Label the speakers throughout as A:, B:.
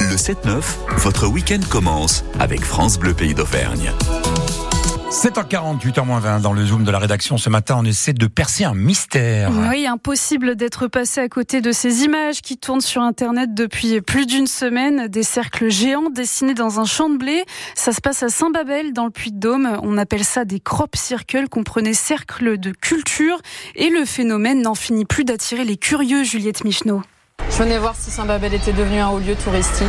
A: 7-9, votre week-end commence avec France Bleu Pays d'Auvergne.
B: 7h48 en moins 20 dans le Zoom de la rédaction ce matin, on essaie de percer un mystère.
C: Oui, impossible d'être passé à côté de ces images qui tournent sur Internet depuis plus d'une semaine. Des cercles géants dessinés dans un champ de blé. Ça se passe à Saint-Babel, dans le Puy-de-Dôme. On appelle ça des crop circles, comprenez cercles de culture. Et le phénomène n'en finit plus d'attirer les curieux, Juliette Michneau.
D: Je venais voir si Saint-Babel était devenu un haut lieu touristique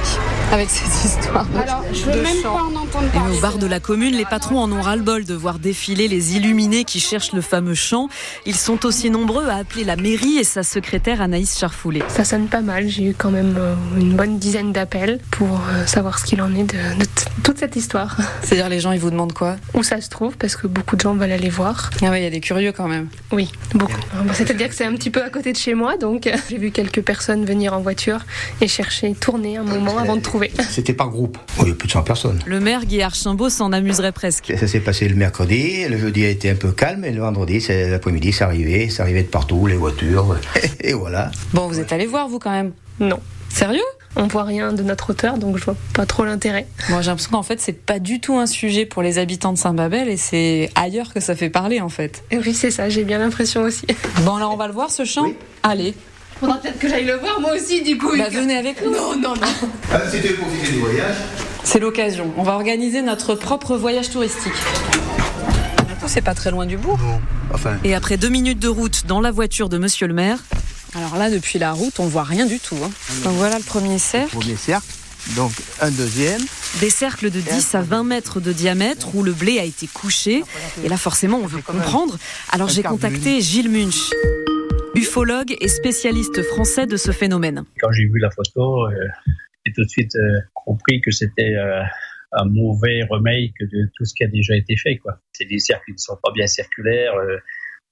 D: avec cette histoire.
E: Alors, je veux même pas en entendre parler.
F: Et au bar de la commune, les patrons en ont ras-le-bol de voir défiler les illuminés qui cherchent le fameux champ. Ils sont aussi nombreux à appeler la mairie et sa secrétaire Anaïs Charfoulet.
G: Ça sonne pas mal. J'ai eu quand même euh, une bonne dizaine d'appels pour euh, savoir ce qu'il en est de, de t- toute cette histoire.
D: C'est-à-dire, les gens, ils vous demandent quoi
G: Où ça se trouve, parce que beaucoup de gens veulent aller voir.
D: Ah ouais, il y a des curieux quand même.
G: Oui, beaucoup. Bon, C'est-à-dire que c'est un petit peu à côté de chez moi, donc euh, j'ai vu quelques personnes venir en voiture et chercher, tourner un moment avant de trouver.
H: C'était par groupe. Oh, il y a plus de 100 personnes.
F: Le maire Guillard Chimbaud s'en amuserait presque.
H: Ça s'est passé le mercredi, le jeudi a été un peu calme, et le vendredi, c'est l'après-midi, c'est arrivé, c'est arrivé de partout, les voitures, et voilà.
D: Bon, vous êtes allé voir, vous, quand même.
G: Non,
D: Sérieux
G: on voit rien de notre hauteur, donc je vois pas trop l'intérêt.
D: Moi, j'ai l'impression qu'en fait, c'est pas du tout un sujet pour les habitants de Saint-Babel et c'est ailleurs que ça fait parler, en fait.
G: Et oui, c'est ça, j'ai bien l'impression aussi.
D: Bon, là, on va le voir, ce champ
H: Oui.
D: Allez.
E: Faudra peut-être que j'aille le voir moi aussi du coup.
D: Bah, venez avec nous.
E: Non, non, non.
H: Ah, C'était pour profiter du voyage.
D: C'est l'occasion. On va organiser notre propre voyage touristique. C'est pas très loin du bout.
H: Enfin,
F: Et après deux minutes de route dans la voiture de monsieur le maire,
D: Alors là, depuis la route, on voit rien du tout. hein. Donc voilà le premier cercle.
H: premier cercle, donc un deuxième.
F: des cercles de 10 à 20 mètres de diamètre où le blé a été couché. Et là, forcément, on veut comprendre. Alors j'ai contacté Gilles Munch, ufologue et spécialiste français de ce phénomène.
I: quand j'ai vu la photo, euh, j'ai tout de suite euh, compris que c'était euh, un mauvais remake de tout ce qui a déjà été fait. Quoi. C'est des cercles qui ne sont pas bien circulaires. euh,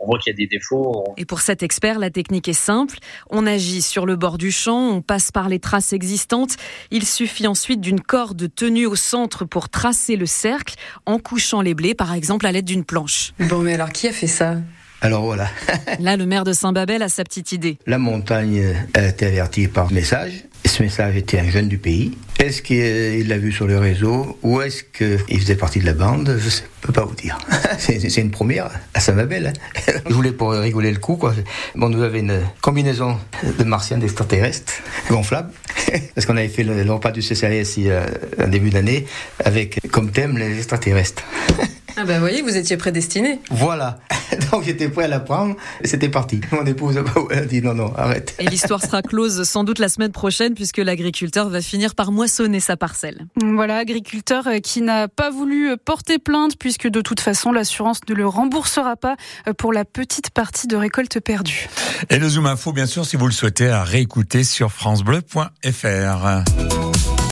I: on voit qu'il y a des défauts. on-
F: Et pour cet expert, la technique est simple. On agit sur le bord du champ, on passe par les traces existantes. Il suffit ensuite d'une corde tenue au centre pour tracer le cercle en couchant les blés, par exemple, à l'aide d'une planche.
D: Bon, mais alors qui a fait ça
H: Alors voilà,
F: Là, le maire de Saint-Babel a sa petite idée.
H: la montagne a été avertie par message. Ce message était un jeune du pays. Est-ce qu'il l'a vu sur le réseau ou est-ce qu'il faisait partie de la bande Je ne peux pas vous dire. C'est c'est une première à Saint-Babel. hein. Je voulais pour rigoler le coup. Quoi. Bon, nous avait une combinaison de martiens d'extraterrestres gonflables. Parce qu'on avait fait le, le repas du CCAS il y a un début d'année avec comme thème les extraterrestres.
D: Ah bah voyez, vous étiez prédestiné.
H: Voilà. Donc j'étais prêt à la prendre. C'était parti. Mon épouse a dit non, non, arrête.
F: Et l'histoire sera close sans doute la semaine prochaine puisque l'agriculteur va finir par moissonner sa parcelle.
C: Voilà, agriculteur euh, qui n'a pas voulu euh, porter plainte puisque de toute façon l'assurance ne le remboursera pas euh, pour la petite partie de récolte perdue.
B: Et le Zoom Info, bien sûr, si vous le souhaitez, à réécouter sur francebleu.fr.